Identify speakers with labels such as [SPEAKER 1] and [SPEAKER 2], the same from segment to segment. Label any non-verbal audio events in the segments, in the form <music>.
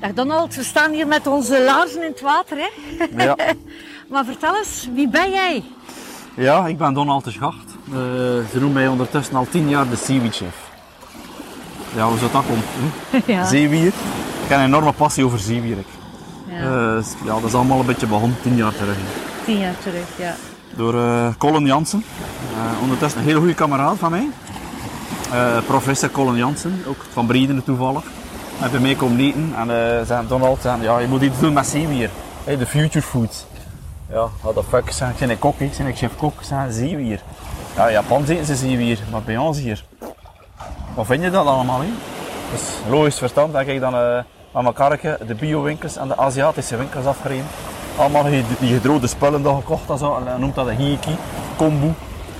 [SPEAKER 1] Zeg Donald, we staan hier met onze laarzen in het water. Hè? <laughs>
[SPEAKER 2] Ja.
[SPEAKER 1] Maar vertel eens, wie ben jij?
[SPEAKER 2] ja, ik ben Donald de Schacht. Eh, ze noemen mij ondertussen al tien jaar de Seaweed Chef. Ja, hoe zou dat komt?
[SPEAKER 1] ja.
[SPEAKER 2] Zeewier. Ik heb een enorme passie over zeewier. ik.
[SPEAKER 1] ja,
[SPEAKER 2] Eh, ja, dat is allemaal een beetje begonnen tien jaar terug.
[SPEAKER 1] tien jaar terug, ja.
[SPEAKER 2] Door eh Colin Jansen. Eh, ondertussen een hele goede kameraad van mij. Eh, professor Colin Jansen, ook van Brieden toevallig. Hij bij mij komen eten en eh zei Donald, zei, ja, je moet iets doen met zeewier. Hey, de future food. Ja, what the fuck, zei, ik ben een kok, ik ben een chef-kok, ik zei, zeewier. Ja, in Japan eten ze zeewier, maar bij ons hier. Wat vind je dat allemaal? hè? Dus logisch verstand denk ik dan eh met mijn karretje de bio-winkels en de Aziatische winkels afgereden. Allemaal die, die gedroogde spullen dat gekocht en zo. En dan noemt dat een hiiki, kombu. Er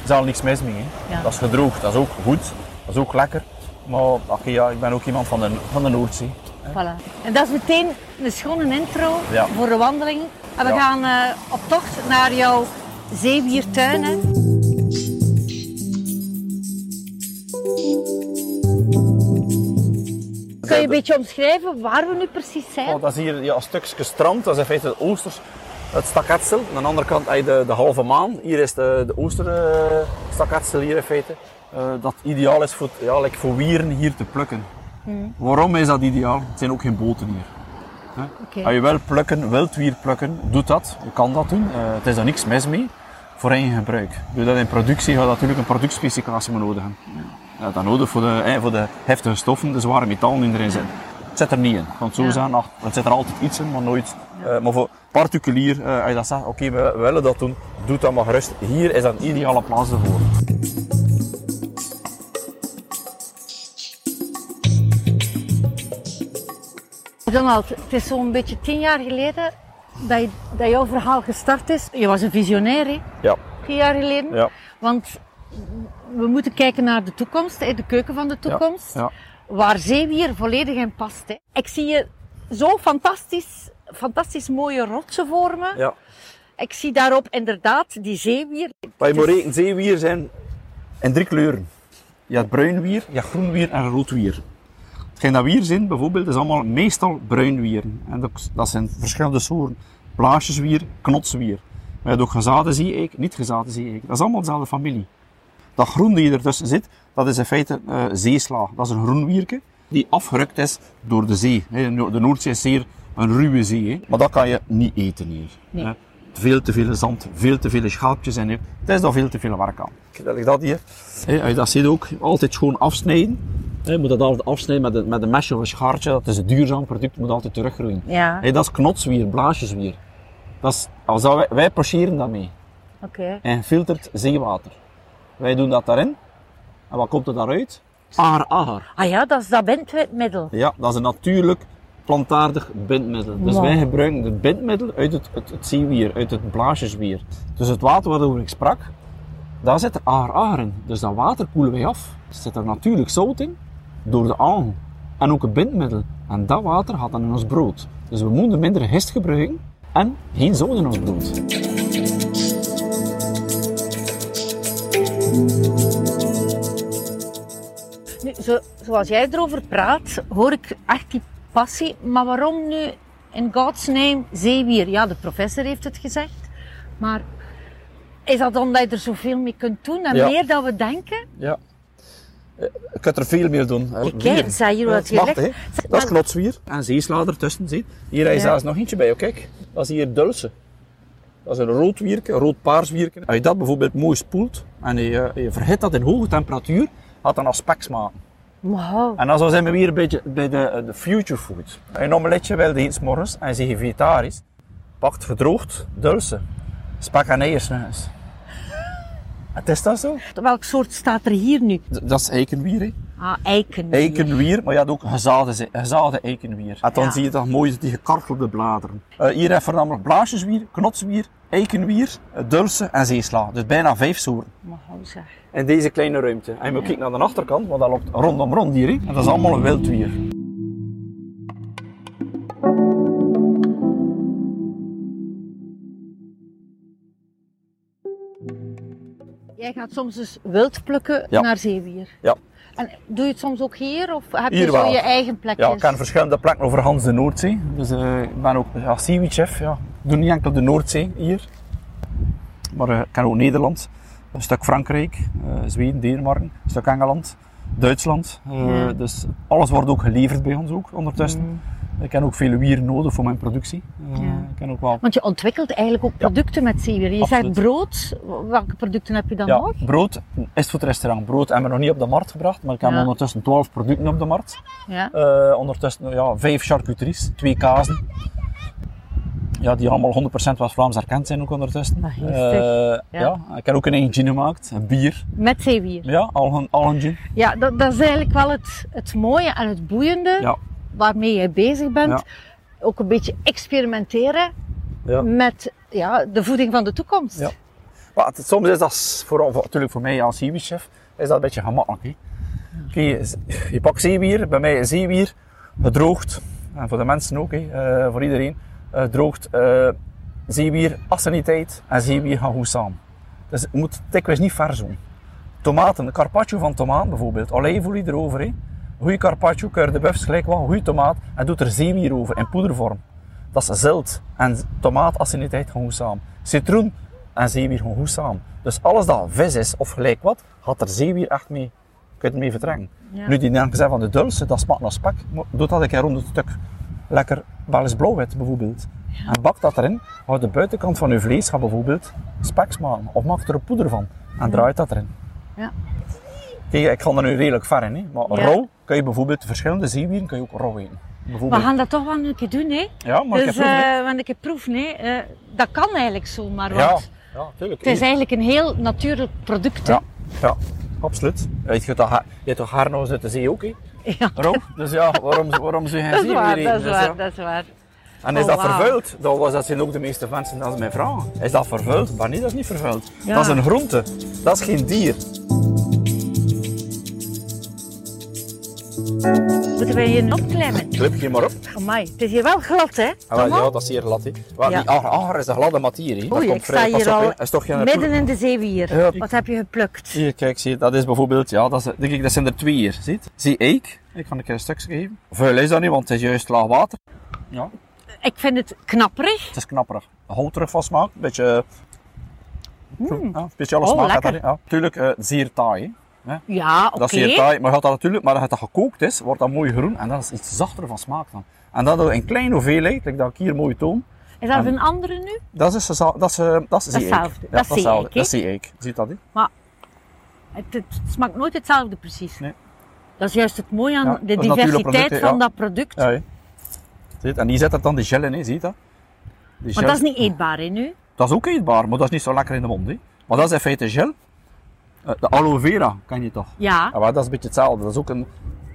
[SPEAKER 2] is al niks mis mee. hè.
[SPEAKER 1] Ja.
[SPEAKER 2] Dat is gedroogd, dat is ook goed, dat is ook lekker. Maar oké, ja, ik ben ook iemand van de, van de Noordzee.
[SPEAKER 1] Voilà. En dat is meteen een schone intro
[SPEAKER 2] Ja.
[SPEAKER 1] voor de wandeling. En we
[SPEAKER 2] Ja.
[SPEAKER 1] gaan eh, op tocht naar jouw zeewiertuin. Hè? Kun je een beetje omschrijven waar we nu precies zijn?
[SPEAKER 2] Oh, dat is hier ja, een stukje strand, dat is in feite het oosters, het staketsel. En aan de andere kant heb je de, de halve maan. Hier is de, de oosterstaketsel hier in feite. eh, dat ideaal is voor, het- ja, like voor wieren hier te plukken. Waarom is dat ideaal? Het zijn ook geen boten hier. Hè?
[SPEAKER 1] Oké.
[SPEAKER 2] Als Ah, je wil plukken, wilt wier plukken, doet dat. Je kan dat doen. Eh, het is daar niks mis mee. Voor eigen gebruik. Doe dat in productie, ga je natuurlijk een productspecificatie moeten nodig hebben. Ja, dat nodig voor de, eh, voor de heftige stoffen, de zware metalen die erin zitten. Het zit er niet in. Want zo
[SPEAKER 1] Ja.
[SPEAKER 2] zijn, ach, het zit er altijd iets in, maar nooit. eh, maar voor particulier, eh, als je dat zegt, oké, we we willen dat doen, doe dat maar gerust. Hier is dat een ideale plaats ervoor.
[SPEAKER 1] Donald, het is zo'n beetje tien jaar geleden dat, je- dat jouw verhaal gestart is. Je was een visionair, hè?
[SPEAKER 2] Ja,
[SPEAKER 1] Tien jaar geleden.
[SPEAKER 2] ja,
[SPEAKER 1] Want we moeten kijken naar de toekomst, hè, de keuken van de
[SPEAKER 2] ja.
[SPEAKER 1] toekomst.
[SPEAKER 2] ja.
[SPEAKER 1] Waar zeewier volledig in past. Hè. Ik zie je zo fantastisch, fantastisch mooie rotsen vormen.
[SPEAKER 2] ja.
[SPEAKER 1] Ik zie daarop inderdaad die zeewier.
[SPEAKER 2] Maar je moet rekenen, zeewier zijn in drie kleuren. Je hebt bruin wier, je hebt groen wier en rood wier. Hetgeen dat wier zijn bijvoorbeeld is allemaal meestal bruin wier. En dat, dat zijn verschillende soorten. Blaasjeswier, knotswier. Maar je hebt ook gezaden zee-eik, niet gezaden zee-eik. Dat is allemaal dezelfde familie. Dat groen die ertussen zit, dat is in feite eh, zeesla. Dat is een groen wierke die afgerukt is door de zee. Hè, De Noor- de Noordzee is zeer een ruwe zee. hè. Maar dat kan je niet eten hier.
[SPEAKER 1] Nee.
[SPEAKER 2] hè. Veel te veel zand, veel te veel schaalpjes en het is daar veel te veel werk aan. Dat ligt dat hier. Hè, als je dat ziet ook, altijd gewoon afsnijden. Hè, Je moet dat altijd afsnijden met een, met een mesje of een schaartje. Dat is een duurzaam product, moet altijd teruggroeien.
[SPEAKER 1] Ja,
[SPEAKER 2] Hè, dat is knotswier, blaasjeswier. Dat is, als dat wij, wij pocheren dat mee
[SPEAKER 1] oké.
[SPEAKER 2] en gefilterd zeewater. Wij doen dat daarin. En wat komt er daaruit? Agar agar.
[SPEAKER 1] Ah ja, dat is dat bindmiddel.
[SPEAKER 2] Ja, dat is een natuurlijk plantaardig bindmiddel. Dus
[SPEAKER 1] Wow.
[SPEAKER 2] wij gebruiken het bindmiddel uit het, het, het zeewier, uit het blaasjeswier. Dus het water waarover ik sprak, daar zit er agar agar in. Dus dat water koelen wij af. Er zit er natuurlijk zout in, door de aan. En ook het bindmiddel. En dat water gaat dan in ons brood. Dus we moeten minder gist gebruiken en geen zout in ons brood.
[SPEAKER 1] Nu, zo, zoals jij erover praat, hoor ik echt die passie. Maar waarom nu in God's name zeewier? Ja, de professor heeft het gezegd. Maar is dat omdat je er zoveel mee kunt doen en
[SPEAKER 2] Ja.
[SPEAKER 1] meer dan we denken?
[SPEAKER 2] Ja. Je kunt er veel meer doen.
[SPEAKER 1] Kijk, Wier. zie je wat
[SPEAKER 2] dat
[SPEAKER 1] hier
[SPEAKER 2] mag,
[SPEAKER 1] ligt?
[SPEAKER 2] hè.
[SPEAKER 1] Zeg,
[SPEAKER 2] Dat is
[SPEAKER 1] maar-
[SPEAKER 2] knotswier. En zeesla ertussen, zie. Hier heb je
[SPEAKER 1] Ja.
[SPEAKER 2] zelfs nog eentje bij, oh, kijk. Dat is hier dulce. Dat is een rood wierke, een rood-paars wierke. Als je dat bijvoorbeeld mooi spoelt en je, eh, je verhit dat in hoge temperatuur, gaat dat een speks maken.
[SPEAKER 1] Wauw.
[SPEAKER 2] En dan zijn we weer een beetje bij de, eh, de future food. Een omeletje wilde eens morgens en zeg je vegetarisch. Pakt gedroogd, dulce. Spek en
[SPEAKER 1] <laughs>
[SPEAKER 2] eiersnuis. Het is dat zo?
[SPEAKER 1] Welk soort staat er hier nu?
[SPEAKER 2] D- Dat is eikenwier, hè.
[SPEAKER 1] Ah, eiken.
[SPEAKER 2] Eikenwier, maar je had ook gezaden, ze- gezaden eikenwier. En Ah, dan
[SPEAKER 1] Ja.
[SPEAKER 2] zie je dat mooi, die gekartelde bladeren. Eh, hier hebben we voornamelijk blaasjeswier, knotswier, eikenwier, eh, dulce en zeesla. Dus bijna vijf soorten.
[SPEAKER 1] Wauw, zeg.
[SPEAKER 2] In deze kleine ruimte. En je moet kijken naar de achterkant, want dat loopt rondom rond hier. hè. En dat is allemaal een wildwier.
[SPEAKER 1] Jij gaat soms dus wild plukken
[SPEAKER 2] Ja.
[SPEAKER 1] naar zeewier.
[SPEAKER 2] Ja.
[SPEAKER 1] En doe je het soms ook hier of heb
[SPEAKER 2] Hier
[SPEAKER 1] je zo
[SPEAKER 2] wel.
[SPEAKER 1] je eigen plekjes?
[SPEAKER 2] Ja, ik ken verschillende plekken over Hans de Noordzee. Dus eh, ik ben ook ja, seaweedchef. Ja. Ik doe niet enkel de Noordzee hier. Maar eh, ik ken ook Nederland, een stuk Frankrijk, eh, Zweden, Denemarken, een stuk Engeland, Duitsland. Eh,
[SPEAKER 1] Ja.
[SPEAKER 2] Dus alles wordt ook geleverd bij ons ook ondertussen.
[SPEAKER 1] Mm.
[SPEAKER 2] Ik ken ook veel wier nodig voor mijn productie. Eh,
[SPEAKER 1] Ja.
[SPEAKER 2] Ik ken ook wel
[SPEAKER 1] Want je ontwikkelt eigenlijk ook
[SPEAKER 2] Ja.
[SPEAKER 1] producten met zeewier. Je
[SPEAKER 2] Absoluut.
[SPEAKER 1] zegt brood, welke producten heb je dan nog?
[SPEAKER 2] Ja, brood is voor het restaurant. Brood hebben we nog niet op de markt gebracht, maar ik heb
[SPEAKER 1] Ja.
[SPEAKER 2] ondertussen 12 producten op de markt.
[SPEAKER 1] Ja.
[SPEAKER 2] Eh, ondertussen ja, 5 charcuteries, 2 kazen. Ja, die allemaal 100% West-Vlaams erkend zijn ook ondertussen.
[SPEAKER 1] Maar geestig. Ja.
[SPEAKER 2] Eh, ja. ik heb ook een eigen gin gemaakt, een bier.
[SPEAKER 1] Met zeewier.
[SPEAKER 2] Ja, al een, al een gin.
[SPEAKER 1] Ja, dat, dat is eigenlijk wel het, het mooie en het boeiende
[SPEAKER 2] Ja.
[SPEAKER 1] waarmee jij bezig bent.
[SPEAKER 2] Ja.
[SPEAKER 1] Ook een beetje experimenteren
[SPEAKER 2] Ja.
[SPEAKER 1] met ja, de voeding van de toekomst.
[SPEAKER 2] Ja. Maar het- soms is dat, s- vooral voor, natuurlijk voor mij als zeewierchef, is dat een beetje gemakkelijk. hè. Oké, z- je pakt zeewier, bij mij is zeewier, gedroogd, en voor de mensen ook, hè, eh, voor iedereen, gedroogd, eh zeewier, asseniteit en zeewier gaan goed samen. Dus het moet dikwijls niet vers doen. Tomaten, een carpaccio van tomaat bijvoorbeeld, olijfolie erover, hè. goeie carpaccio, keur de buffs, gelijk wat, goeie tomaat, en doet er zeewier over in poedervorm. Dat is zilt en tomaat, asseniteit gaan goed samen. Citroen en zeewier gaan goed samen. Dus alles dat vis is of gelijk wat, gaat er zeewier echt mee, kunt mee vertrekken.
[SPEAKER 1] Ja.
[SPEAKER 2] Nu die nergens zijn van de dulce, dat smaakt naar spek. Mo- Doe dat een keer rond het stuk lekker wel eens blauwwit bijvoorbeeld. En bak dat erin, houd de buitenkant van je vlees gaat bijvoorbeeld spek smaken. Of maak er een poeder van en draait dat erin.
[SPEAKER 1] Ja.
[SPEAKER 2] Kijk, ik ga er nu redelijk ver in, hè. maar
[SPEAKER 1] Ja.
[SPEAKER 2] rauw kan je bijvoorbeeld verschillende zeewieren kan je ook rauw eten.
[SPEAKER 1] We
[SPEAKER 2] Bijvoorbeeld.
[SPEAKER 1] gaan dat toch wel een keer doen, hè?
[SPEAKER 2] Ja, maar ik heb
[SPEAKER 1] dus,
[SPEAKER 2] proeven, hè.
[SPEAKER 1] eh, want ik heb proef, nee. eh, dat kan eigenlijk zomaar,
[SPEAKER 2] Ja,
[SPEAKER 1] want
[SPEAKER 2] ja, tuurlijk.
[SPEAKER 1] het is eigenlijk een heel natuurlijk product. hè.
[SPEAKER 2] Ja, ja, absoluut. Ja, je hebt toch haar- je hebt toch haarnoos uit de zee ook, hè?
[SPEAKER 1] <laughs> Ja,
[SPEAKER 2] Rauw. Dus ja, waarom, waarom zou je
[SPEAKER 1] dat is
[SPEAKER 2] zee
[SPEAKER 1] waar,
[SPEAKER 2] weer eten?
[SPEAKER 1] dat is
[SPEAKER 2] Dus ja.
[SPEAKER 1] waar, dat is waar.
[SPEAKER 2] En is
[SPEAKER 1] Oh,
[SPEAKER 2] dat
[SPEAKER 1] wauw.
[SPEAKER 2] vervuild? Dat, was, dat zijn ook de meeste mensen dat ze mij vragen. Is dat vervuild? Maar nee, dat is niet vervuild.
[SPEAKER 1] Ja.
[SPEAKER 2] Dat is een groente. Dat is geen dier.
[SPEAKER 1] Moeten wij hier nog opklemmen?
[SPEAKER 2] Clip je maar op.
[SPEAKER 1] Amai, het is hier wel glad, hè?
[SPEAKER 2] Ah, wel,
[SPEAKER 1] Thomas?
[SPEAKER 2] ja, dat is hier glad. hè. Wel,
[SPEAKER 1] Ja.
[SPEAKER 2] Die agar, agar is een gladde materie. hè. Dat
[SPEAKER 1] Oei,
[SPEAKER 2] komt
[SPEAKER 1] ik
[SPEAKER 2] vrij-
[SPEAKER 1] sta
[SPEAKER 2] pas
[SPEAKER 1] hier
[SPEAKER 2] op, hè.
[SPEAKER 1] al
[SPEAKER 2] Dat is toch geen natuur-
[SPEAKER 1] midden in de zeewier.
[SPEAKER 2] Ja.
[SPEAKER 1] Wat heb je geplukt?
[SPEAKER 2] Hier, kijk, zie, je, dat is bijvoorbeeld, ja, dat, is, denk ik, dat zijn er twee hier. Zie, je? zie ik, ik ga een keer een stukje geven. Vuil is dat niet, want het is juist laag water. Ja,
[SPEAKER 1] Ik vind het knapperig.
[SPEAKER 2] het is knapperig. Houterig van smaak, een beetje, eh, ja, speciale
[SPEAKER 1] Oh,
[SPEAKER 2] smaak. gaat
[SPEAKER 1] lekker.
[SPEAKER 2] daarin, Ja. Natuurlijk, eh, zeer taai. hè.
[SPEAKER 1] Ja, oké.
[SPEAKER 2] Dat is zeer taai, maar gaat dat natuurlijk, maar als het gekookt is, wordt dat mooi groen en dat is iets zachter van smaak dan. En dat in kleine hoeveelheid, like dat ik hier mooi toon,
[SPEAKER 1] Is
[SPEAKER 2] Ah.
[SPEAKER 1] dat een andere nu?
[SPEAKER 2] dat is, dat is, dat is, eh, dat is zeeëik.
[SPEAKER 1] hetzelfde.
[SPEAKER 2] Ja,
[SPEAKER 1] Dat is
[SPEAKER 2] hetzelfde.
[SPEAKER 1] zeeëik, hè?
[SPEAKER 2] Dat is zeeëik. Ziet dat, hè?
[SPEAKER 1] Het, het smaakt nooit hetzelfde precies.
[SPEAKER 2] Nee.
[SPEAKER 1] Dat is juist het mooie aan
[SPEAKER 2] Ja,
[SPEAKER 1] de
[SPEAKER 2] een natuurlijk
[SPEAKER 1] diversiteit
[SPEAKER 2] product, hè,
[SPEAKER 1] van
[SPEAKER 2] ja.
[SPEAKER 1] dat product.
[SPEAKER 2] Ja, hè. Ziet, en die zet er dan die gel in, hè? Ziet dat? Die
[SPEAKER 1] Want
[SPEAKER 2] gel-
[SPEAKER 1] dat is niet eetbaar hè, nu.
[SPEAKER 2] Dat is ook eetbaar, maar dat is niet zo lekker in de mond. Hè. Maar dat is in feite gel. Eh, De aloe vera kan je toch?
[SPEAKER 1] Ja.
[SPEAKER 2] Ja, maar dat is een beetje hetzelfde. Dat is ook een,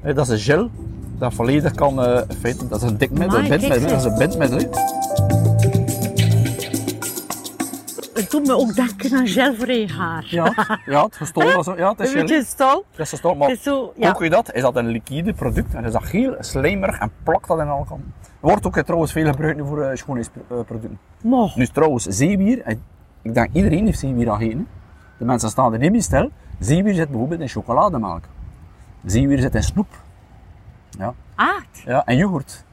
[SPEAKER 2] hè, dat is een gel dat volledig kan. eh, in feite, dat is een dikmiddel,
[SPEAKER 1] Amai,
[SPEAKER 2] een bindmiddel.
[SPEAKER 1] kijk,
[SPEAKER 2] Dat is een bindmiddel. hè.
[SPEAKER 1] Het doet me ook denken aan gel voor je haar.
[SPEAKER 2] Ja, ja het gestolen. Zo. Ja, het is
[SPEAKER 1] <laughs> Een
[SPEAKER 2] gel. hè.
[SPEAKER 1] beetje stal.
[SPEAKER 2] Dat is gestolen. Maar
[SPEAKER 1] Het is zo, ja.
[SPEAKER 2] ook weer dat, is dat een liquide product en is dat heel slijmerig en plakt dat in alle kanten. Wordt ook eh, trouwens veel gebruikt nu voor eh, schoonheidsproducten.
[SPEAKER 1] Maar,
[SPEAKER 2] Nu is trouwens, zeewier, eh, ik denk iedereen heeft zeewier al gegeten. hè. De mensen staan er niet bij stil. Zeewier zit bijvoorbeeld in chocolademelk. Zeewier zit in snoep. Ja.
[SPEAKER 1] aard.
[SPEAKER 2] Ja, en yoghurt.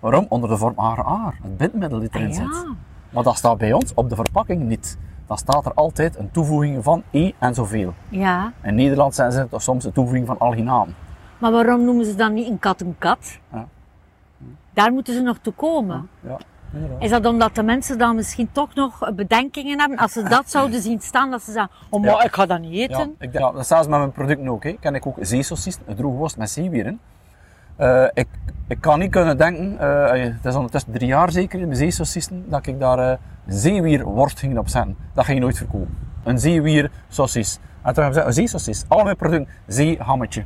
[SPEAKER 2] Waarom? Onder de vorm ARAR, het bindmiddel die erin
[SPEAKER 1] Ah, ja.
[SPEAKER 2] zit. Maar dat staat bij ons op de verpakking niet. Dan staat er altijd een toevoeging van E en zoveel.
[SPEAKER 1] Ja.
[SPEAKER 2] In Nederland zijn ze toch soms een toevoeging van alginaam.
[SPEAKER 1] Maar waarom noemen ze dan niet een kat een kat?
[SPEAKER 2] Ja.
[SPEAKER 1] Daar moeten ze nog toe komen.
[SPEAKER 2] Ja, inderdaad.
[SPEAKER 1] Is dat omdat de mensen dan misschien toch nog bedenkingen hebben? Als ze dat zouden zien staan, dat ze zeggen, oh maar
[SPEAKER 2] Ja.
[SPEAKER 1] ik ga dat niet
[SPEAKER 2] Ja,
[SPEAKER 1] eten.
[SPEAKER 2] ik denk, ja, dat is zelfs met mijn producten ook. Hè. Ken ik ook zeesausies, een droge worst met zeewier in. Eh, ik, ik kan niet kunnen denken, eh, het is ondertussen drie jaar zeker, mijn zeesausissen, dat ik daar eh, zeewierworst ging opzetten. Dat ging je nooit verkopen. Een zeewiersausis. En toen hebben ze gezegd, een zeesausis. Al mijn producten, zeehammetje,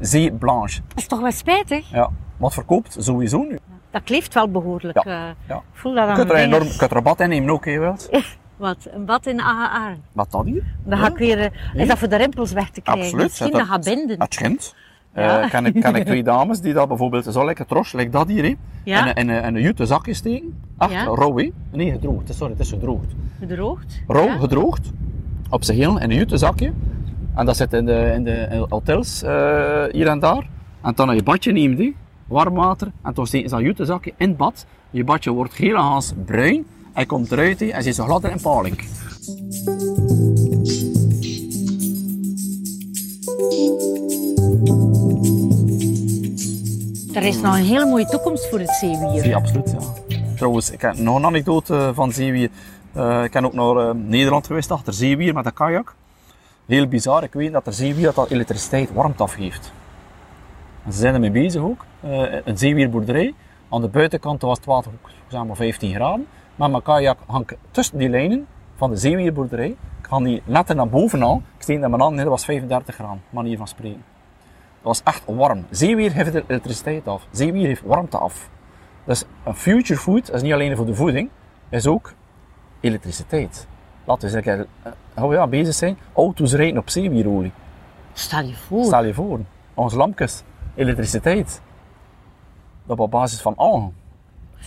[SPEAKER 2] zeeblanche.
[SPEAKER 1] Dat is toch wel spijtig?
[SPEAKER 2] Ja, wat verkoopt sowieso nu.
[SPEAKER 1] Dat kleeft wel behoorlijk.
[SPEAKER 2] Ja,
[SPEAKER 1] eh.
[SPEAKER 2] ja.
[SPEAKER 1] Ik voel dat
[SPEAKER 2] Je
[SPEAKER 1] aan
[SPEAKER 2] kunt er
[SPEAKER 1] mijn
[SPEAKER 2] enorm je
[SPEAKER 1] vingers.
[SPEAKER 2] kunt er rabat in nemen ook, hè, Wilt.
[SPEAKER 1] <laughs> Wat? Een bad in AHA.
[SPEAKER 2] Wat dat hier?
[SPEAKER 1] Dan ga ik weer... eh, Is dat voor de rimpels weg te krijgen?
[SPEAKER 2] Absoluut.
[SPEAKER 1] Misschien
[SPEAKER 2] Ja,
[SPEAKER 1] dat
[SPEAKER 2] dat-
[SPEAKER 1] gaat binden. <laughs>
[SPEAKER 2] Het schimpt.
[SPEAKER 1] Ja.
[SPEAKER 2] Eh, ken, ik, ken ik twee dames die dat bijvoorbeeld zo lekker tros, like dat hier, hè,
[SPEAKER 1] Ja.
[SPEAKER 2] in, een- in, een- in een jute zakje steken. Echt
[SPEAKER 1] Ja.
[SPEAKER 2] rauw, hè? Nee, gedroogd. Sorry, het is gedroogd.
[SPEAKER 1] Gedroogd.
[SPEAKER 2] Rauw,
[SPEAKER 1] Ja.
[SPEAKER 2] gedroogd. op zijn heel in een jute zakje. En dat zit in de, in de hotels eh, hier en daar. En dan een badje neemt die, warm water. En dan steken ze dat jute zakje in het bad. Je badje wordt helemaal bruin. Hij komt eruit hè, en zit zo gladder en paling.
[SPEAKER 1] Er is nog een hele mooie toekomst voor het zeewier.
[SPEAKER 2] Ja, absoluut. Ja. Trouwens, ik heb nog een anekdote van zeewier. Eh, ik ben ook naar eh, Nederland geweest achter zeewier met een kajak. Heel bizar, ik weet dat er zeewier dat, dat elektriciteit warmte afgeeft. En ze zijn ermee bezig ook. Eh, een zeewierboerderij. Aan de buitenkant was het water ook zeg maar 15 graden. Maar mijn kajak hang ik tussen die lijnen van de zeewierboerderij. Ik ga die letten naar boven aan. Ik steen naar mijn handen, dat was 35 graden, manier van spreken. Dat was echt warm. Zeewier heeft de elektriciteit af. Zeewier heeft warmte af. Dus een future food is niet alleen voor de voeding, is ook elektriciteit. Laten we eens een keer, eh, oh ja, bezig zijn. Auto's rijden op zeewierolie.
[SPEAKER 1] Stel je voor.
[SPEAKER 2] Stel je voor, onze lampjes, elektriciteit. Dat op basis van algen.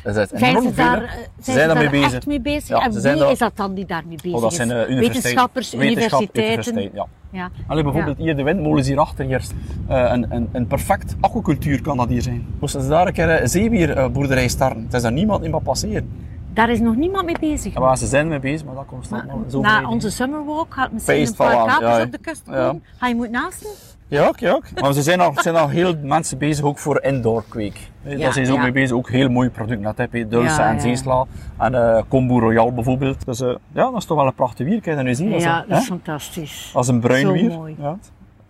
[SPEAKER 2] Dat is
[SPEAKER 1] zijn ze
[SPEAKER 2] enorm veel, hè.
[SPEAKER 1] daar, eh, zijn ze daar
[SPEAKER 2] daarmee
[SPEAKER 1] echt mee bezig?
[SPEAKER 2] Ja,
[SPEAKER 1] en
[SPEAKER 2] ze
[SPEAKER 1] wie
[SPEAKER 2] zijn daar-
[SPEAKER 1] is dat dan die daarmee bezig
[SPEAKER 2] Oh, dat zijn eh,
[SPEAKER 1] is?
[SPEAKER 2] universiteiten.
[SPEAKER 1] Wetenschappers,
[SPEAKER 2] Wetenschap,
[SPEAKER 1] universiteiten.
[SPEAKER 2] ja.
[SPEAKER 1] Ja.
[SPEAKER 2] Allee, bijvoorbeeld hier de windmolens hierachter, hier, eh, een, een, een perfect aquacultuur kan dat hier zijn. Moesten ze daar een keer een zeewierboerderij starten, het is daar niemand in wat passeren.
[SPEAKER 1] Ja. Daar is nog niemand mee bezig.
[SPEAKER 2] En waar ze zijn mee bezig, maar dat komt
[SPEAKER 1] Maar
[SPEAKER 2] straks nog zo
[SPEAKER 1] na
[SPEAKER 2] mee.
[SPEAKER 1] onze summerwalk gaat misschien een
[SPEAKER 2] Feestval
[SPEAKER 1] paar
[SPEAKER 2] aan,
[SPEAKER 1] kapers
[SPEAKER 2] ja,
[SPEAKER 1] op de kust
[SPEAKER 2] ja.
[SPEAKER 1] komen. Ga je moet naasten?
[SPEAKER 2] Ja, ook, ja, ook. Maar ze zijn al, zijn al heel mensen bezig ook voor indoor kweek. Hè,
[SPEAKER 1] Ja,
[SPEAKER 2] Daar zijn ze ook
[SPEAKER 1] ja.
[SPEAKER 2] mee bezig. Ook heel mooie producten. Dat heb je Dulce
[SPEAKER 1] Ja,
[SPEAKER 2] en
[SPEAKER 1] ja.
[SPEAKER 2] Zeesla en eh, Combo Royal bijvoorbeeld. Dus eh, ja, dat is toch wel een prachtig wier. Kan je dat nu zien? Dat is,
[SPEAKER 1] ja,
[SPEAKER 2] een-
[SPEAKER 1] dat is
[SPEAKER 2] hè?
[SPEAKER 1] fantastisch.
[SPEAKER 2] Dat is een bruin
[SPEAKER 1] Zo
[SPEAKER 2] wier.
[SPEAKER 1] mooi.
[SPEAKER 2] Ja.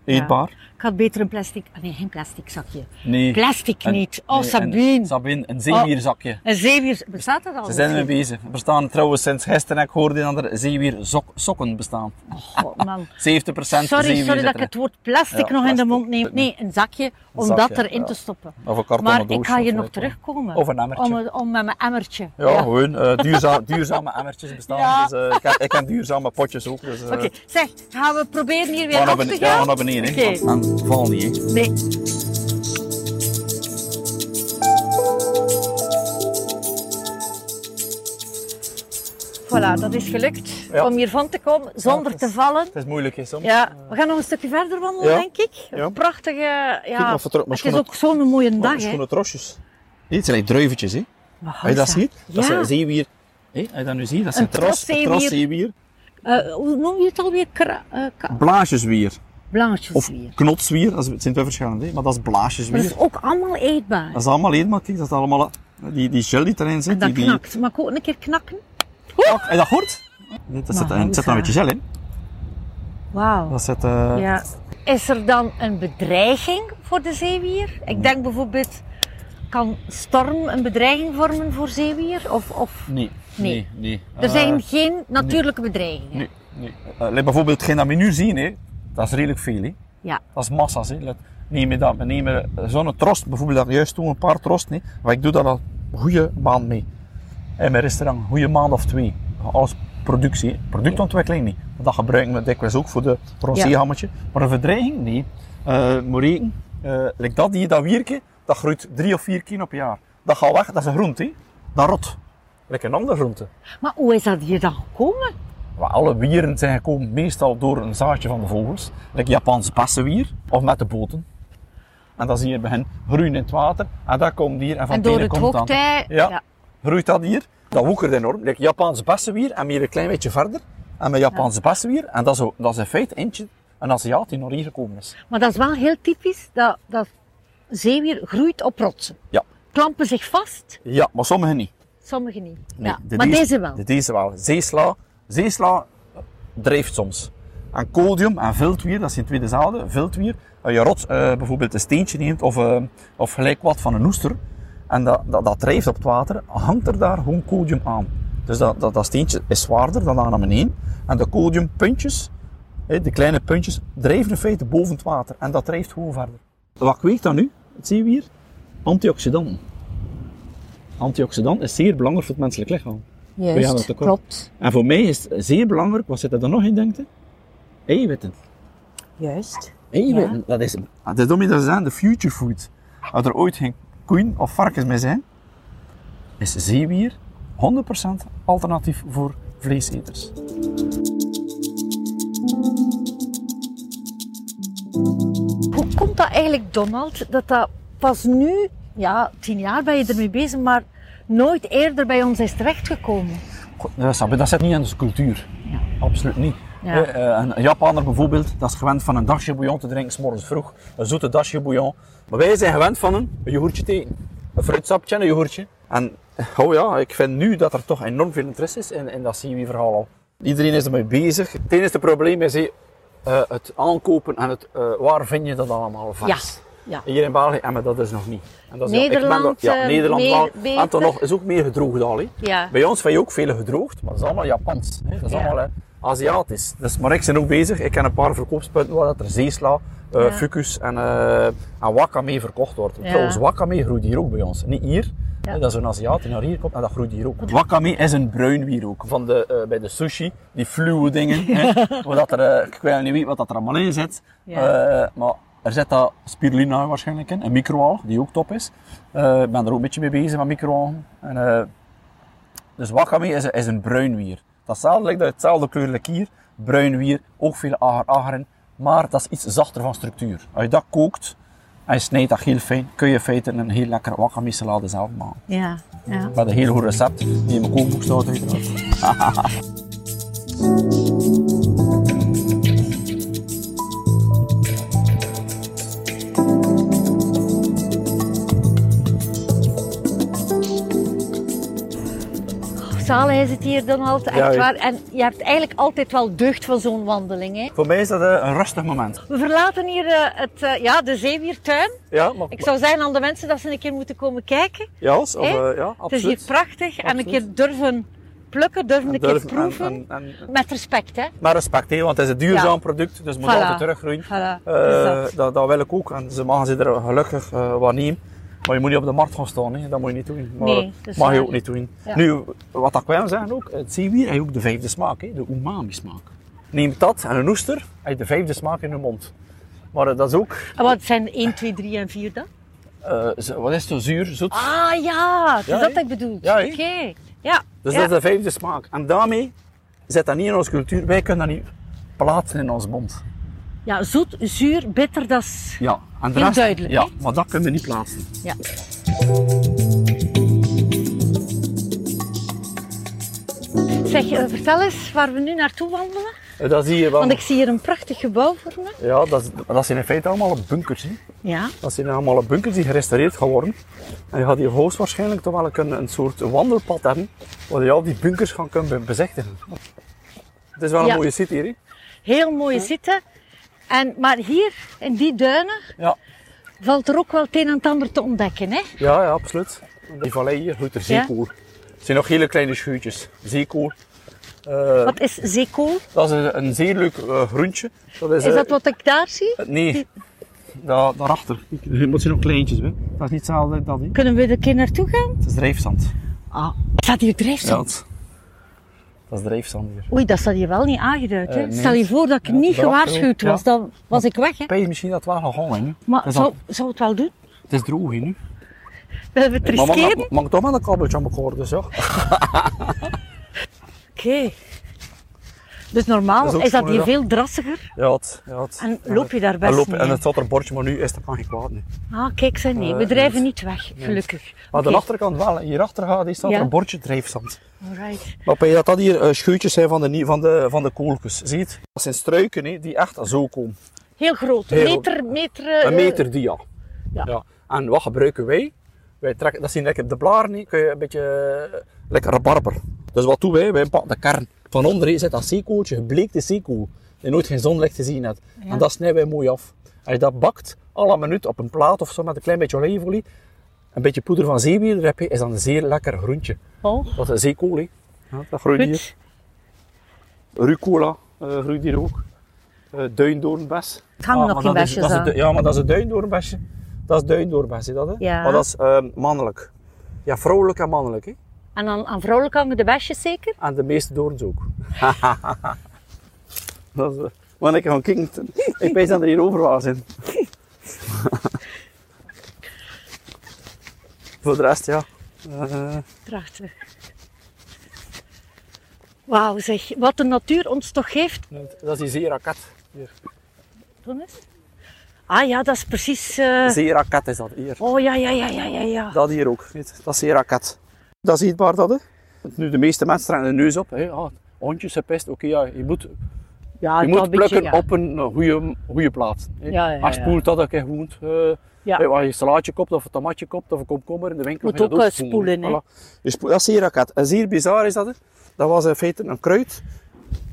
[SPEAKER 2] Eetbaar.
[SPEAKER 1] Ik had beter een plastic... ah, Nee, geen plastic zakje.
[SPEAKER 2] Nee.
[SPEAKER 1] Plastic
[SPEAKER 2] En-
[SPEAKER 1] niet. Oh,
[SPEAKER 2] nee, en-
[SPEAKER 1] Sabine.
[SPEAKER 2] Sabine, een zeewierzakje.
[SPEAKER 1] Een zeewier... Bestaat dat al?
[SPEAKER 2] Ze zijn mee bezig. Er bestaan trouwens sinds gisteren, ik hoorde dat er zeewier sok- sokken bestaan. 70%
[SPEAKER 1] Oh, God,
[SPEAKER 2] <laughs>
[SPEAKER 1] man.
[SPEAKER 2] zeewier
[SPEAKER 1] Sorry, sorry
[SPEAKER 2] zit
[SPEAKER 1] dat ik
[SPEAKER 2] erin.
[SPEAKER 1] het woord plastic
[SPEAKER 2] Ja,
[SPEAKER 1] nog in de
[SPEAKER 2] plastic.
[SPEAKER 1] mond neem. Nee, een zakje om
[SPEAKER 2] zakje,
[SPEAKER 1] dat erin
[SPEAKER 2] ja.
[SPEAKER 1] te stoppen.
[SPEAKER 2] Of een kartonnen
[SPEAKER 1] Maar ik
[SPEAKER 2] doosje
[SPEAKER 1] ga hier
[SPEAKER 2] of
[SPEAKER 1] nog
[SPEAKER 2] wat dan.
[SPEAKER 1] terugkomen.
[SPEAKER 2] Of een emmertje.
[SPEAKER 1] Om, eh, om met mijn emmertje.
[SPEAKER 2] Ja, gewoon.
[SPEAKER 1] <laughs>
[SPEAKER 2] eh, duurza- duurzame emmertjes bestaan.
[SPEAKER 1] Ja.
[SPEAKER 2] Dus, eh, ik, heb, ik heb duurzame potjes ook. Dus, eh,
[SPEAKER 1] Oké, zeg, gaan we proberen hier weer
[SPEAKER 2] Ga
[SPEAKER 1] af
[SPEAKER 2] naar
[SPEAKER 1] te
[SPEAKER 2] beneden. Ja,
[SPEAKER 1] gaan?
[SPEAKER 2] ga naar beneden.
[SPEAKER 1] Oké.
[SPEAKER 2] hè. Want- En val niet. hè.
[SPEAKER 1] Nee. Voilà, dat is gelukt
[SPEAKER 2] Ja.
[SPEAKER 1] om hiervan te komen zonder
[SPEAKER 2] Ja, het
[SPEAKER 1] te
[SPEAKER 2] is-
[SPEAKER 1] vallen.
[SPEAKER 2] Het is moeilijk, hè, soms.
[SPEAKER 1] Ja, we gaan nog een stukje verder wandelen,
[SPEAKER 2] Ja.
[SPEAKER 1] denk ik. Een
[SPEAKER 2] Ja.
[SPEAKER 1] Prachtige, ja.
[SPEAKER 2] maar voor terug, maar
[SPEAKER 1] het is
[SPEAKER 2] schoenen- Oh,
[SPEAKER 1] ook zo'n mooie
[SPEAKER 2] Maar
[SPEAKER 1] dag, hè.
[SPEAKER 2] Schone trosjes. Nee, het zijn echt druiventjes, hè.
[SPEAKER 1] Wat
[SPEAKER 2] Als je dat
[SPEAKER 1] is
[SPEAKER 2] ziet, dat
[SPEAKER 1] Ja.
[SPEAKER 2] zijn zeewier. Hé, als je dat nu ziet, dat zijn
[SPEAKER 1] Een tros
[SPEAKER 2] tros,
[SPEAKER 1] zeewier.
[SPEAKER 2] troszeewier.
[SPEAKER 1] Eh, hoe noem je het alweer? Kra- eh, ka-
[SPEAKER 2] Blaasjeswier. Of
[SPEAKER 1] Blaasjeswier.
[SPEAKER 2] knotswier. Dat is- het zijn twee verschillende, hè. maar dat is
[SPEAKER 1] Maar dat
[SPEAKER 2] blaasjeswier.
[SPEAKER 1] is ook allemaal eetbaar.
[SPEAKER 2] Dat is allemaal eenmaal, kijk, dat is allemaal eh, die, die gel die erin
[SPEAKER 1] En
[SPEAKER 2] zit.
[SPEAKER 1] dat
[SPEAKER 2] Die, die, Oh,
[SPEAKER 1] knakt. Mag ik ook een keer knakken?
[SPEAKER 2] Heb je dat hoort? Dat zit,
[SPEAKER 1] Maar
[SPEAKER 2] en het zit
[SPEAKER 1] hoe
[SPEAKER 2] een beetje gel in.
[SPEAKER 1] Wauw.
[SPEAKER 2] Dat zit, eh,
[SPEAKER 1] Ja. Is er dan een bedreiging voor de zeewier? Ik denk bijvoorbeeld, kan storm een bedreiging vormen voor zeewier? Of, of...
[SPEAKER 2] Nee,
[SPEAKER 1] Nee.
[SPEAKER 2] nee, nee.
[SPEAKER 1] Er zijn
[SPEAKER 2] Eh,
[SPEAKER 1] geen natuurlijke bedreigingen.
[SPEAKER 2] nee, nee. Eh, like bijvoorbeeld geen dat we nu zien, hè. dat is redelijk veel. Hè.
[SPEAKER 1] Ja.
[SPEAKER 2] Dat is massa's. Hè. Let- Neem je dat, we nemen eh, zo'n trost, bijvoorbeeld dat ik juist toen een paar trost, hè. maar ik doe daar al een goede maand mee. In mijn restaurant, een goede maand of twee. Als productie, hè. productontwikkeling niet. Want Dat gebruiken we dikwijls ook voor, de, voor ons
[SPEAKER 1] Ja.
[SPEAKER 2] zeehammetje. Maar een verdreiging, nee. Eh Moreken, eh, like dat hier, dat wierke, dat groeit drie of vier keer op een jaar. Dat gaat weg, dat is een groente. hè. Dat rot. Lekker een andere groente.
[SPEAKER 1] Maar hoe is dat hier dan gekomen?
[SPEAKER 2] Waar alle wieren zijn gekomen, meestal door een zaadje van de vogels. Like Japans bessenwier, of met de boten. En dan zie je begin groeien in het water. En dat komt hier. En
[SPEAKER 1] en
[SPEAKER 2] van het
[SPEAKER 1] door
[SPEAKER 2] ene
[SPEAKER 1] het
[SPEAKER 2] komt dan.
[SPEAKER 1] hoogtij...
[SPEAKER 2] Ja. Groeit dat hier. Dat woekert enorm. Like Japans bessenwier, en meer een klein beetje verder. En met Japans bessenwier. En dat is, ook- dat is in feite eentje, een Aziat die naar hier gekomen is.
[SPEAKER 1] Maar dat is wel heel typisch, dat, dat zeewier groeit op rotsen.
[SPEAKER 2] Ja.
[SPEAKER 1] Klampen zich vast,
[SPEAKER 2] Ja, maar sommigen niet.
[SPEAKER 1] sommigen niet.
[SPEAKER 2] Nee,
[SPEAKER 1] ja.
[SPEAKER 2] de
[SPEAKER 1] Maar
[SPEAKER 2] dies-
[SPEAKER 1] deze wel.
[SPEAKER 2] de Deze wel. Zeesla, zeesla drijft soms. En codium en viltwier, dat zijn twee dezelfde. Viltwier, als je rot eh, bijvoorbeeld een steentje neemt of, eh, of gelijk wat van een oester, en dat, dat, dat drijft op het water, hangt er daar gewoon codium aan. Dus dat, dat, dat steentje is zwaarder dan aan naar beneden. En de codiumpuntjes, hè, de kleine puntjes, drijven in feite boven het water. En dat drijft gewoon verder. Wat kweekt dat nu, het zeewier? Antioxidanten. Antioxidant is zeer belangrijk voor het menselijk lichaam. Ja, dat
[SPEAKER 1] Juist,
[SPEAKER 2] ook wel.
[SPEAKER 1] klopt.
[SPEAKER 2] En voor mij is het zeer belangrijk, wat zit er dan nog in, denkt u? Eiwitten.
[SPEAKER 1] Juist.
[SPEAKER 2] Eiwitten, dat is... Dat is om je te zeggen, de future food. Als er ooit geen koeien of varkens meer zijn, is zeewier 100% alternatief voor vleeseters.
[SPEAKER 1] vond dat eigenlijk, Donald, dat dat pas nu, ja, tien jaar ben je ermee bezig, maar nooit eerder bij ons is terechtgekomen.
[SPEAKER 2] Ja, eh, snap je, dat zit niet in onze cultuur.
[SPEAKER 1] Ja.
[SPEAKER 2] Absoluut niet.
[SPEAKER 1] Ja.
[SPEAKER 2] Eh, eh, een Japaner bijvoorbeeld, dat is gewend van een dasje bouillon te drinken, 's morgens vroeg. Een zoete dasje bouillon. Maar wij zijn gewend van een, een yoghurtje te eten. Een fruitsapje en een yoghurtje. En oh ja, ik vind nu dat er toch enorm veel interesse is in, in dat CIWI-verhaal al. Iedereen is ermee bezig. Het enige probleem is hé, eh, het aankopen en het, eh, waar vind je dat allemaal vast?
[SPEAKER 1] Ja, ja.
[SPEAKER 2] Hier in België hebben we dat dus nog niet. En dat is, ja, ik ben
[SPEAKER 1] Nederland,
[SPEAKER 2] daar- ja,
[SPEAKER 1] eh,
[SPEAKER 2] Nederland
[SPEAKER 1] meer-
[SPEAKER 2] wel. en
[SPEAKER 1] beter.
[SPEAKER 2] dan nog is ook meer gedroogd al. hé.
[SPEAKER 1] Ja.
[SPEAKER 2] Bij ons vind je ook veel gedroogd, maar dat is allemaal Japans. Hè? Dat is
[SPEAKER 1] Ja.
[SPEAKER 2] allemaal eh, Aziatisch. Dus, maar ik ben ook bezig. Ik ken een paar verkoopspunten waar dat er zeesla, eh
[SPEAKER 1] Ja.
[SPEAKER 2] fucus en, eh en wakame verkocht wordt.
[SPEAKER 1] Ja.
[SPEAKER 2] Trouwens, wakame groeit hier ook bij ons. Niet hier.
[SPEAKER 1] Ja.
[SPEAKER 2] hè, Dat is een Aziat die naar hier komt en dat groeit hier ook. Wakame is een bruin wierook. Van de, eh, bij de sushi, die fluwe dingen. hè, <laughs> waar dat er, eh, ik weet niet wie- wat dat er allemaal in zit.
[SPEAKER 1] Ja.
[SPEAKER 2] Eh, maar er zit dat spirulina waarschijnlijk in, een microalg, die ook top is. Eh, Ik ben er ook een beetje mee bezig met microalgen. En, eh, dus wakame is, is een bruin wier. Dat is hetzelfde, like dat- hetzelfde kleurlijk hier. Bruin wier, ook veel agar agarin. Maar dat is iets zachter van structuur. Als je dat kookt en je snijdt dat heel fijn, kun je in feite een heel lekkere wakame salade zelf maken.
[SPEAKER 1] Ja, ja.
[SPEAKER 2] Met een heel goed recept, die in mijn kookboek staat uiteraard.
[SPEAKER 1] Zalig is het hier, Donald, echt
[SPEAKER 2] Ja, ja.
[SPEAKER 1] waar. En je hebt eigenlijk altijd wel deugd van zo'n wandeling, hè.
[SPEAKER 2] Voor mij is dat eh, een rustig moment.
[SPEAKER 1] We verlaten hier eh, het, eh, ja, de zeewiertuin.
[SPEAKER 2] Ja, maar...
[SPEAKER 1] Ik zou zeggen aan de mensen dat ze een keer moeten komen kijken.
[SPEAKER 2] Ja, of,
[SPEAKER 1] Hè? Dus
[SPEAKER 2] eh, ja,
[SPEAKER 1] Het is hier
[SPEAKER 2] absoluut.
[SPEAKER 1] prachtig. En een
[SPEAKER 2] Absoluut.
[SPEAKER 1] keer durven plukken, durven een
[SPEAKER 2] Durf-
[SPEAKER 1] keer proeven.
[SPEAKER 2] en- en- en-
[SPEAKER 1] Met respect, hè.
[SPEAKER 2] maar respect, hè, want het is een duurzaam
[SPEAKER 1] Ja.
[SPEAKER 2] product, dus het moet
[SPEAKER 1] Voilà.
[SPEAKER 2] altijd teruggroeien.
[SPEAKER 1] Voilà,
[SPEAKER 2] Eh,
[SPEAKER 1] is
[SPEAKER 2] dat, dat wil ik ook. En ze mogen ze er gelukkig eh wat nemen. Maar je moet niet op de markt gaan staan, hè. dat moet je niet doen. Maar
[SPEAKER 1] Nee, dat
[SPEAKER 2] dat
[SPEAKER 1] is
[SPEAKER 2] mag je
[SPEAKER 1] waar.
[SPEAKER 2] ook niet doen.
[SPEAKER 1] Ja.
[SPEAKER 2] Nu, wat dat wel zeggen ook, het zeewier heeft ook de vijfde smaak, hè, de umami smaak. Neem dat en een oester, uit de vijfde smaak in de mond. Maar eh, dat is ook,
[SPEAKER 1] En wat zijn 1, 2, 3 en 4 dan?
[SPEAKER 2] eh, ze- wat is het, zo zuur, zoet?
[SPEAKER 1] Ah ja, het is
[SPEAKER 2] Ja,
[SPEAKER 1] dat
[SPEAKER 2] hè?
[SPEAKER 1] dat ik bedoel.
[SPEAKER 2] Ja,
[SPEAKER 1] Oké.
[SPEAKER 2] hè?
[SPEAKER 1] Ja.
[SPEAKER 2] Dus
[SPEAKER 1] ja.
[SPEAKER 2] dat is de vijfde smaak. En daarmee zit dat niet in onze cultuur, wij kunnen dat niet plaatsen in onze mond.
[SPEAKER 1] ja, zoet, zuur, bitter, dat is...
[SPEAKER 2] Ja, en de
[SPEAKER 1] Heel
[SPEAKER 2] rest-
[SPEAKER 1] duidelijk,
[SPEAKER 2] Ja,
[SPEAKER 1] hè?
[SPEAKER 2] maar dat kunnen we niet plaatsen.
[SPEAKER 1] Ja. Zeg, eh, vertel eens waar we nu naartoe wandelen.
[SPEAKER 2] Eh, Dat zie je wel.
[SPEAKER 1] Want ik zie hier een prachtig gebouw voor me.
[SPEAKER 2] Ja, dat, is- dat zijn in feite allemaal bunkers. Hè.
[SPEAKER 1] Ja.
[SPEAKER 2] Dat zijn allemaal bunkers die gerestaureerd gaan worden. En je gaat hier hoogstwaarschijnlijk toch wel een, een soort wandelpad hebben, waar je al die bunkers gaan kunnen be- bezichtigen. Het is wel een
[SPEAKER 1] Ja.
[SPEAKER 2] mooie city hier. hè.
[SPEAKER 1] Heel mooie zitten. En, maar hier, in die duinen,
[SPEAKER 2] Ja.
[SPEAKER 1] valt er ook wel het een en het ander te ontdekken, hè?
[SPEAKER 2] Ja, ja, absoluut. Die vallei hier groeit er zeekool. Het zijn nog hele kleine schuurtjes. Zeekool. Eh,
[SPEAKER 1] Wat is zeekool?
[SPEAKER 2] dat is een, een zeer leuk eh, groentje. Dat is,
[SPEAKER 1] Is
[SPEAKER 2] eh,
[SPEAKER 1] dat wat ik daar zie?
[SPEAKER 2] Nee, da daarachter. Kijk, Er moeten nog kleintjes bij. Dat is niet hetzelfde dat, hè.
[SPEAKER 1] Kunnen we er een keer naartoe gaan?
[SPEAKER 2] Het is drijfzand.
[SPEAKER 1] Ah, staat hier drijfzand?
[SPEAKER 2] Dat is drijfzand hier.
[SPEAKER 1] Oei, dat staat hier wel niet aangeduid. hè?
[SPEAKER 2] Eh, nee.
[SPEAKER 1] Stel je voor dat ik
[SPEAKER 2] Ja,
[SPEAKER 1] niet
[SPEAKER 2] dat
[SPEAKER 1] gewaarschuwd
[SPEAKER 2] ook,
[SPEAKER 1] was,
[SPEAKER 2] ja.
[SPEAKER 1] dan was ik weg. Hè?
[SPEAKER 2] Pijs misschien dat het wel nog gaan, hè.
[SPEAKER 1] Maar
[SPEAKER 2] het, is
[SPEAKER 1] zou,
[SPEAKER 2] al-
[SPEAKER 1] zou het wel doen?
[SPEAKER 2] het is droog hier nu.
[SPEAKER 1] Willen we het
[SPEAKER 2] Maar mag-
[SPEAKER 1] riskeren? Oké.
[SPEAKER 2] mag- Mag ik toch met een kabeltje aan elkaar, dus ja.
[SPEAKER 1] Dus normaal
[SPEAKER 2] Dat is ook
[SPEAKER 1] is dat
[SPEAKER 2] gewoon,
[SPEAKER 1] hier
[SPEAKER 2] ja.
[SPEAKER 1] veel drassiger.
[SPEAKER 2] Ja, het, ja, het-
[SPEAKER 1] En loop je daar best
[SPEAKER 2] en,
[SPEAKER 1] mee?
[SPEAKER 2] en het zat er bordje, maar nu is dat kan geen kwaad. Nee.
[SPEAKER 1] Ah, kijk, zijn nee. We
[SPEAKER 2] Eh,
[SPEAKER 1] drijven
[SPEAKER 2] nee.
[SPEAKER 1] niet weg, gelukkig.
[SPEAKER 2] Maar
[SPEAKER 1] Oké,
[SPEAKER 2] de achterkant wel, hè. hierachter gaat, hier staat
[SPEAKER 1] Ja.
[SPEAKER 2] er een bordje drijfzand.
[SPEAKER 1] alright.
[SPEAKER 2] Maar bij dat dat hier eh, scheutjes zijn van de, nie- van de, van de kooltjes, ziet? Dat zijn struiken hè, die echt zo komen.
[SPEAKER 1] Heel groot.
[SPEAKER 2] Heel
[SPEAKER 1] meter, meter. eh,
[SPEAKER 2] Een meter dia.
[SPEAKER 1] ja.
[SPEAKER 2] En wat gebruiken wij? Wij trekken, dat zijn lekker de blaren, hè. kun je een beetje eh, lekker rabarber. Dus wat doen wij? Wij pakken de kern. Van onder zit dat zeekooltje, gebleekte zeekool. En nooit geen zonlicht te zien hebt. En dat snijden wij mooi af. Als je dat bakt, alle een minuut op een plaat of zo met een klein beetje olijfolie, een beetje poeder van zeewier erop, hè, is dan een zeer lekker groentje.
[SPEAKER 1] Oh,
[SPEAKER 2] Dat is zeekool, hè. Ja, dat groeit hier.
[SPEAKER 1] goed.
[SPEAKER 2] Rucola eh, groeit hier ook. Eh duindoornbes.
[SPEAKER 1] Het hangen
[SPEAKER 2] Ah,
[SPEAKER 1] nog
[SPEAKER 2] maar
[SPEAKER 1] geen
[SPEAKER 2] dat is-
[SPEAKER 1] besjes
[SPEAKER 2] dat is
[SPEAKER 1] aan.
[SPEAKER 2] een du- Ja, maar dat is een duindoornbesje. Dat is duindoornbesje, dat hè?
[SPEAKER 1] Ja.
[SPEAKER 2] Maar dat is ehm, mannelijk. Ja, vrouwelijk en mannelijk hè.
[SPEAKER 1] En aan, aan vrouwelijk hangen de besjes zeker?
[SPEAKER 2] En de meeste doorns ook. <laughs> dat is, eh, want ik ga kijken. Ik weet dat er hier overal zijn. <laughs> Voor de rest, ja. Eh,
[SPEAKER 1] Prachtig. Wauw, zeg. Wat de natuur ons toch geeft.
[SPEAKER 2] dat is die zeeraket. Hier.
[SPEAKER 1] Doe eens. Ah ja, dat is precies... eh,
[SPEAKER 2] Zeeraket is dat hier.
[SPEAKER 1] Oh ja, ja, ja, ja, ja, ja.
[SPEAKER 2] Dat hier ook. weet je. Dat is zeeraket. Dat is zichtbaar dat hè. Want Nu de meeste mensen trekken de neus op. Hè. Ah, hondjes gepest. Oké, ja, je moet
[SPEAKER 1] ja
[SPEAKER 2] Je
[SPEAKER 1] dat
[SPEAKER 2] moet
[SPEAKER 1] een beetje,
[SPEAKER 2] plukken
[SPEAKER 1] ja.
[SPEAKER 2] op een goede, goede plaats. hè.
[SPEAKER 1] Ja, ja, ja,
[SPEAKER 2] Als je
[SPEAKER 1] ja.
[SPEAKER 2] spoelt dat, dan krijg je goed. eh,
[SPEAKER 1] Ja.
[SPEAKER 2] hè, Waar je een salaatje koopt, of een tomatje koopt, of een komkommer in de winkel.
[SPEAKER 1] Moet
[SPEAKER 2] ga je dat
[SPEAKER 1] ook, eh, spoelen, hè.
[SPEAKER 2] Voilà. Je spoelt- dat is zeer raket. En zeer bizar is dat. hè. Dat was in feite een kruid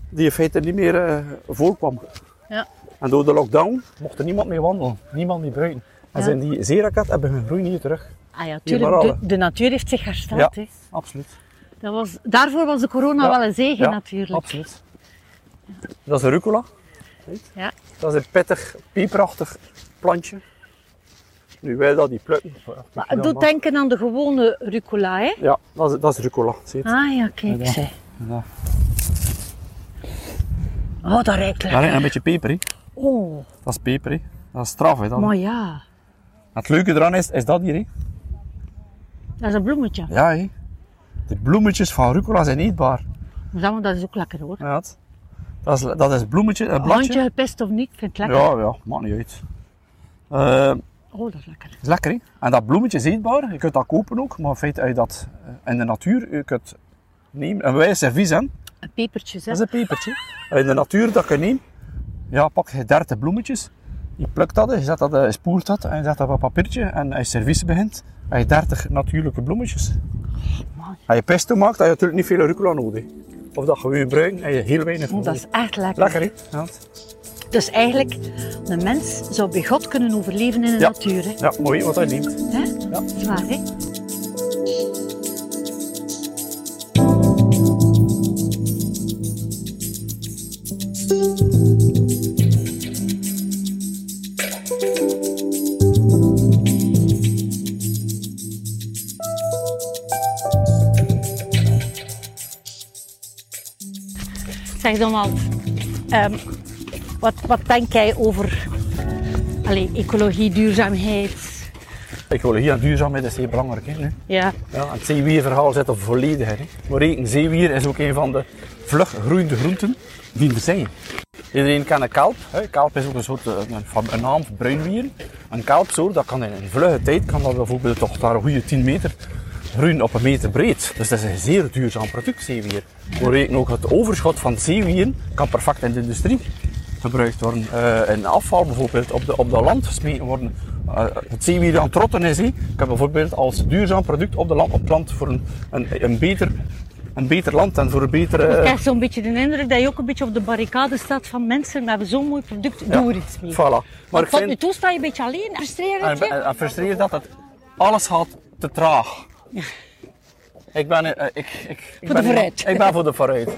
[SPEAKER 2] die in feite niet meer eh, voorkwam.
[SPEAKER 1] Ja.
[SPEAKER 2] En door de lockdown mocht er niemand meer wandelen. Niemand meer buiten. En
[SPEAKER 1] Ja.
[SPEAKER 2] zijn die zeerakat hebben hun groei niet terug.
[SPEAKER 1] Ah ja,
[SPEAKER 2] Hier
[SPEAKER 1] tuurlijk,
[SPEAKER 2] maar
[SPEAKER 1] de,
[SPEAKER 2] alle.
[SPEAKER 1] de natuur heeft zich hersteld.
[SPEAKER 2] Ja.
[SPEAKER 1] Hè.
[SPEAKER 2] Absoluut.
[SPEAKER 1] Dat was, daarvoor was de corona
[SPEAKER 2] Ja.
[SPEAKER 1] wel een zegen
[SPEAKER 2] Ja,
[SPEAKER 1] natuurlijk.
[SPEAKER 2] Absoluut. Dat is een rucola.
[SPEAKER 1] Ja.
[SPEAKER 2] Dat is een pittig, pieprachtig plantje. Nu wij dat niet plukken.
[SPEAKER 1] Maar het doet denken aan de gewone rucola, hè?
[SPEAKER 2] Ja, dat is, dat is rucola. Zie je het?
[SPEAKER 1] Ah ja, kijk.
[SPEAKER 2] Ja.
[SPEAKER 1] ze.
[SPEAKER 2] Ja.
[SPEAKER 1] Oh, dat ruikt
[SPEAKER 2] Daar
[SPEAKER 1] lekker.
[SPEAKER 2] hangt een beetje peper in.
[SPEAKER 1] Oh,
[SPEAKER 2] Dat is peper hè. Dat is straf hè. dan.
[SPEAKER 1] maar ja.
[SPEAKER 2] Het leuke eraan is, is dat hier hè.
[SPEAKER 1] Dat is een bloemetje.
[SPEAKER 2] Ja hè. De bloemetjes van rucola zijn eetbaar.
[SPEAKER 1] Maar dat- dat is ook lekker hoor.
[SPEAKER 2] Ja, het- dat, is, dat is bloemetje, een
[SPEAKER 1] Handje
[SPEAKER 2] bladje.
[SPEAKER 1] gepest of niet, ik vind het lekker.
[SPEAKER 2] Ja, ja, maakt niet uit. Eh,
[SPEAKER 1] Oh, dat is lekker.
[SPEAKER 2] is lekker hè. En dat bloemetje is eetbaar. Je kunt dat kopen ook. Maar in feite, als je dat eh, in de natuur je kunt nemen. En wij zijn vies hè.
[SPEAKER 1] En pepertjes, hè?
[SPEAKER 2] Dat is een pepertje. En <laughs> In de natuur dat je neemt, ja, pak je 30 bloemetjes. Je plukt dat, je, zet dat, eh, je spoelt dat en je zet dat op een papiertje. En als je service begint, heb je 30 natuurlijke bloemetjes.
[SPEAKER 1] Amai.
[SPEAKER 2] Als je pesto maakt, heb je natuurlijk niet veel rucola nodig. Of dat gewoon bruin en je heel weinig
[SPEAKER 1] Oh, dat
[SPEAKER 2] nodig.
[SPEAKER 1] is echt lekker.
[SPEAKER 2] Lekker, hè? Ja,
[SPEAKER 1] Dus eigenlijk, een mens zou bij God kunnen overleven in de
[SPEAKER 2] Ja.
[SPEAKER 1] natuur, hè?
[SPEAKER 2] ja mooi wat hij neemt.
[SPEAKER 1] hè?
[SPEAKER 2] Ja.
[SPEAKER 1] Dat is waar, hè? Zeg Donald, ehm, wat, wat denk jij over allee, ecologie, duurzaamheid?
[SPEAKER 2] Ecologie en duurzaamheid is heel belangrijk. Hè, nu.
[SPEAKER 1] Ja,
[SPEAKER 2] Ja, en het zeewierverhaal zit er volledig in. hè. Maar reken, zeewier is ook een van de vlug groeiende groenten die er zijn. Iedereen kent een kelp. Hè. Kelp is ook een soort eh, een, van- een naam voor bruinwier. Een kelpsoort, dat kan in een vlugge tijd, kan dat bijvoorbeeld toch daar een goede 10 meter groeien op een meter breed. Dus dat is een zeer duurzaam product, zeewier. Maar reken ook het overschot van zeewieren kan perfect in de industrie gebruikt worden. Eh, in afval bijvoorbeeld op de, op de land gesmeten worden. Eh, het zeewier aan het trotten is. hè. Ik heb bijvoorbeeld als duurzaam product op, de land, op het land voor een, een, een, beter, een beter land en voor een betere... eh,
[SPEAKER 1] ik krijg zo'n beetje de indruk dat je ook een beetje op de barricade staat van mensen, we hebben zo'n mooi product, doe er iets mee.
[SPEAKER 2] Voilà. Maar ik
[SPEAKER 1] Tot nu
[SPEAKER 2] vind,
[SPEAKER 1] toe sta je een beetje alleen, frustrerend.
[SPEAKER 2] en, en, en frustreert dat het alles gaat te traag. Ik ben, eh, ik, ik, ik
[SPEAKER 1] de
[SPEAKER 2] ben,
[SPEAKER 1] vooruit.
[SPEAKER 2] Ik ben voor de vooruit.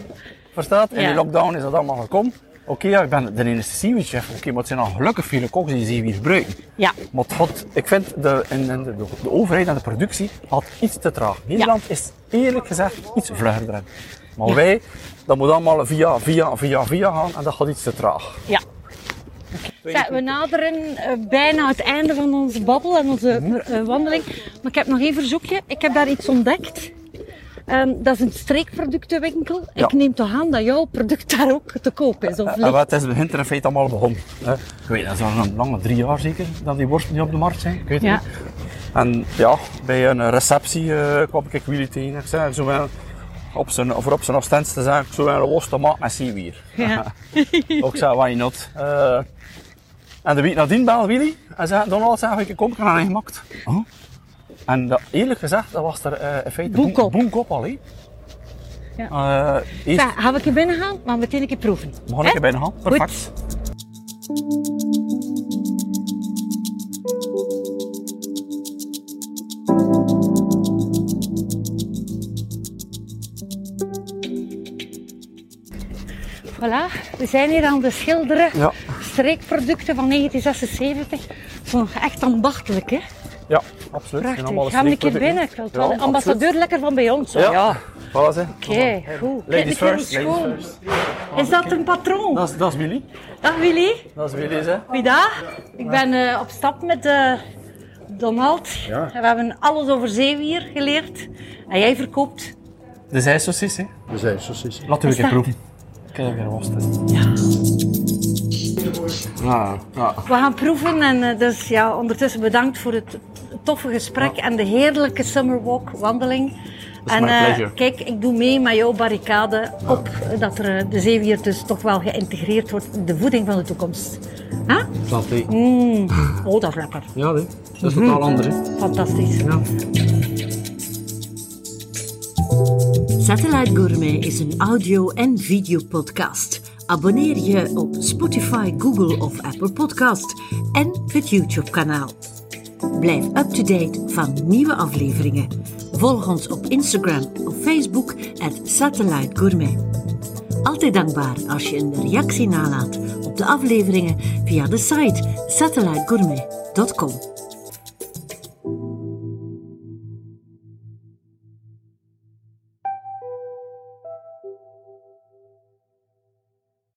[SPEAKER 2] Verstaat? In
[SPEAKER 1] Ja.
[SPEAKER 2] de lockdown is dat allemaal gekomen. Oké, ja, ik ben de enige zeewierchef. Oké, maar het zijn al nou, gelukkig vele koks die zeewier gebruiken.
[SPEAKER 1] Ja.
[SPEAKER 2] Maar God, ik vind de, en, en de, de overheid en de productie had iets te traag. Nederland is eerlijk gezegd iets vlugger erin. Maar wij, dat moet allemaal via, via, via, via gaan en dat gaat iets te traag.
[SPEAKER 1] Ja. Zeg, we naderen eh, bijna het einde van onze babbel en onze eh, wandeling. Maar ik heb nog één verzoekje. Ik heb daar iets ontdekt. Ehm, dat is een streekproductenwinkel.
[SPEAKER 2] Ja. Ah,
[SPEAKER 1] Ik neem toch aan dat jouw product daar ook te koop is, of
[SPEAKER 2] En
[SPEAKER 1] niet?
[SPEAKER 2] wat is begint er in feite allemaal begonnen. hè. Ik weet, dat is al een lange drie jaar zeker dat die worsten niet op de markt zijn. Ik weet het
[SPEAKER 1] Ja.
[SPEAKER 2] niet. En ja, bij een receptie eh, kwam ik Willy tegen. Ik zei, zowel op zijn, of op zijn afstands te zeggen, zowel een worst te maken met zeewier.
[SPEAKER 1] <laughs> Ja.
[SPEAKER 2] Ook zei, why not? Eh, en de week nadien belde Willy en zei, Donald, zei, ik kom, ik heb er een gemaakt. Oh. En dat, eerlijk gezegd, dat was er eh in feite
[SPEAKER 1] Boek op.
[SPEAKER 2] boek op al. hè.
[SPEAKER 1] Ja.
[SPEAKER 2] Eh, eerst-
[SPEAKER 1] Zeg, gaan we een keer binnen gaan, maar meteen een keer proeven.
[SPEAKER 2] Mag ik
[SPEAKER 1] Hè?
[SPEAKER 2] erbij nog aan? Perfect.
[SPEAKER 1] Voilà, we zijn hier aan de schilderen.
[SPEAKER 2] Ja.
[SPEAKER 1] Streekproducten van 1976. Zo echt ambachtelijk, hè?
[SPEAKER 2] Ja, absoluut.
[SPEAKER 1] Prachtig. Gaan we een keer binnen? Ik wil het wel-
[SPEAKER 2] Ja,
[SPEAKER 1] ambassadeur lekker van bij ons. hoor.
[SPEAKER 2] Ja,
[SPEAKER 1] Ja.
[SPEAKER 2] ja. voilà ze.
[SPEAKER 1] Oké, goed. Kijk, de
[SPEAKER 2] Ladies
[SPEAKER 1] kerel is
[SPEAKER 2] first, ladies
[SPEAKER 1] schoon.
[SPEAKER 2] first.
[SPEAKER 1] Is dat een patroon?
[SPEAKER 2] Dat is, dat is Willy.
[SPEAKER 1] Dag Willy.
[SPEAKER 2] Dat is Willy, hè.
[SPEAKER 1] Goeiedag. Ik ben eh, op stap met eh, Donald.
[SPEAKER 2] Ja.
[SPEAKER 1] En We hebben alles over zeewier geleerd. En jij verkoopt.
[SPEAKER 2] De zijsausis, hè.
[SPEAKER 3] We zijn sausjes.
[SPEAKER 2] Laten we
[SPEAKER 1] Is
[SPEAKER 2] een keer
[SPEAKER 1] dat-
[SPEAKER 2] proeven. Kijk, weer worst. hè. Ja, ja.
[SPEAKER 4] We gaan proeven en eh, dus ja, ondertussen bedankt voor het toffe gesprek en de heerlijke summerwalk wandeling.
[SPEAKER 2] is
[SPEAKER 4] en
[SPEAKER 2] my
[SPEAKER 4] eh,
[SPEAKER 2] pleasure.
[SPEAKER 4] kijk, ik doe mee met jouw barricade op eh, dat er eh, de zeewier dus toch wel geïntegreerd wordt in de voeding van de toekomst. Huh?
[SPEAKER 2] Santé.
[SPEAKER 1] Mm.
[SPEAKER 4] Oh, dat is lekker.
[SPEAKER 2] Ja, nee. dat is
[SPEAKER 1] Mhm.
[SPEAKER 2] totaal anders. Hè.
[SPEAKER 4] Fantastisch.
[SPEAKER 1] Satellite Gourmet is een audio- en videopodcast. Abonneer je op Spotify, Google of Apple Podcast en het YouTube-kanaal. Blijf up-to-date van nieuwe afleveringen. Volg ons op Instagram of Facebook at Satellite Gourmet. Altijd dankbaar als je een reactie nalaat op de afleveringen via de site satellitegourmet.com.